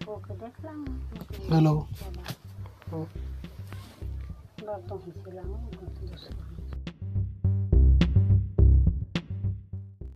देख लाऊं हेलो लड़कों से लाऊं दूसरे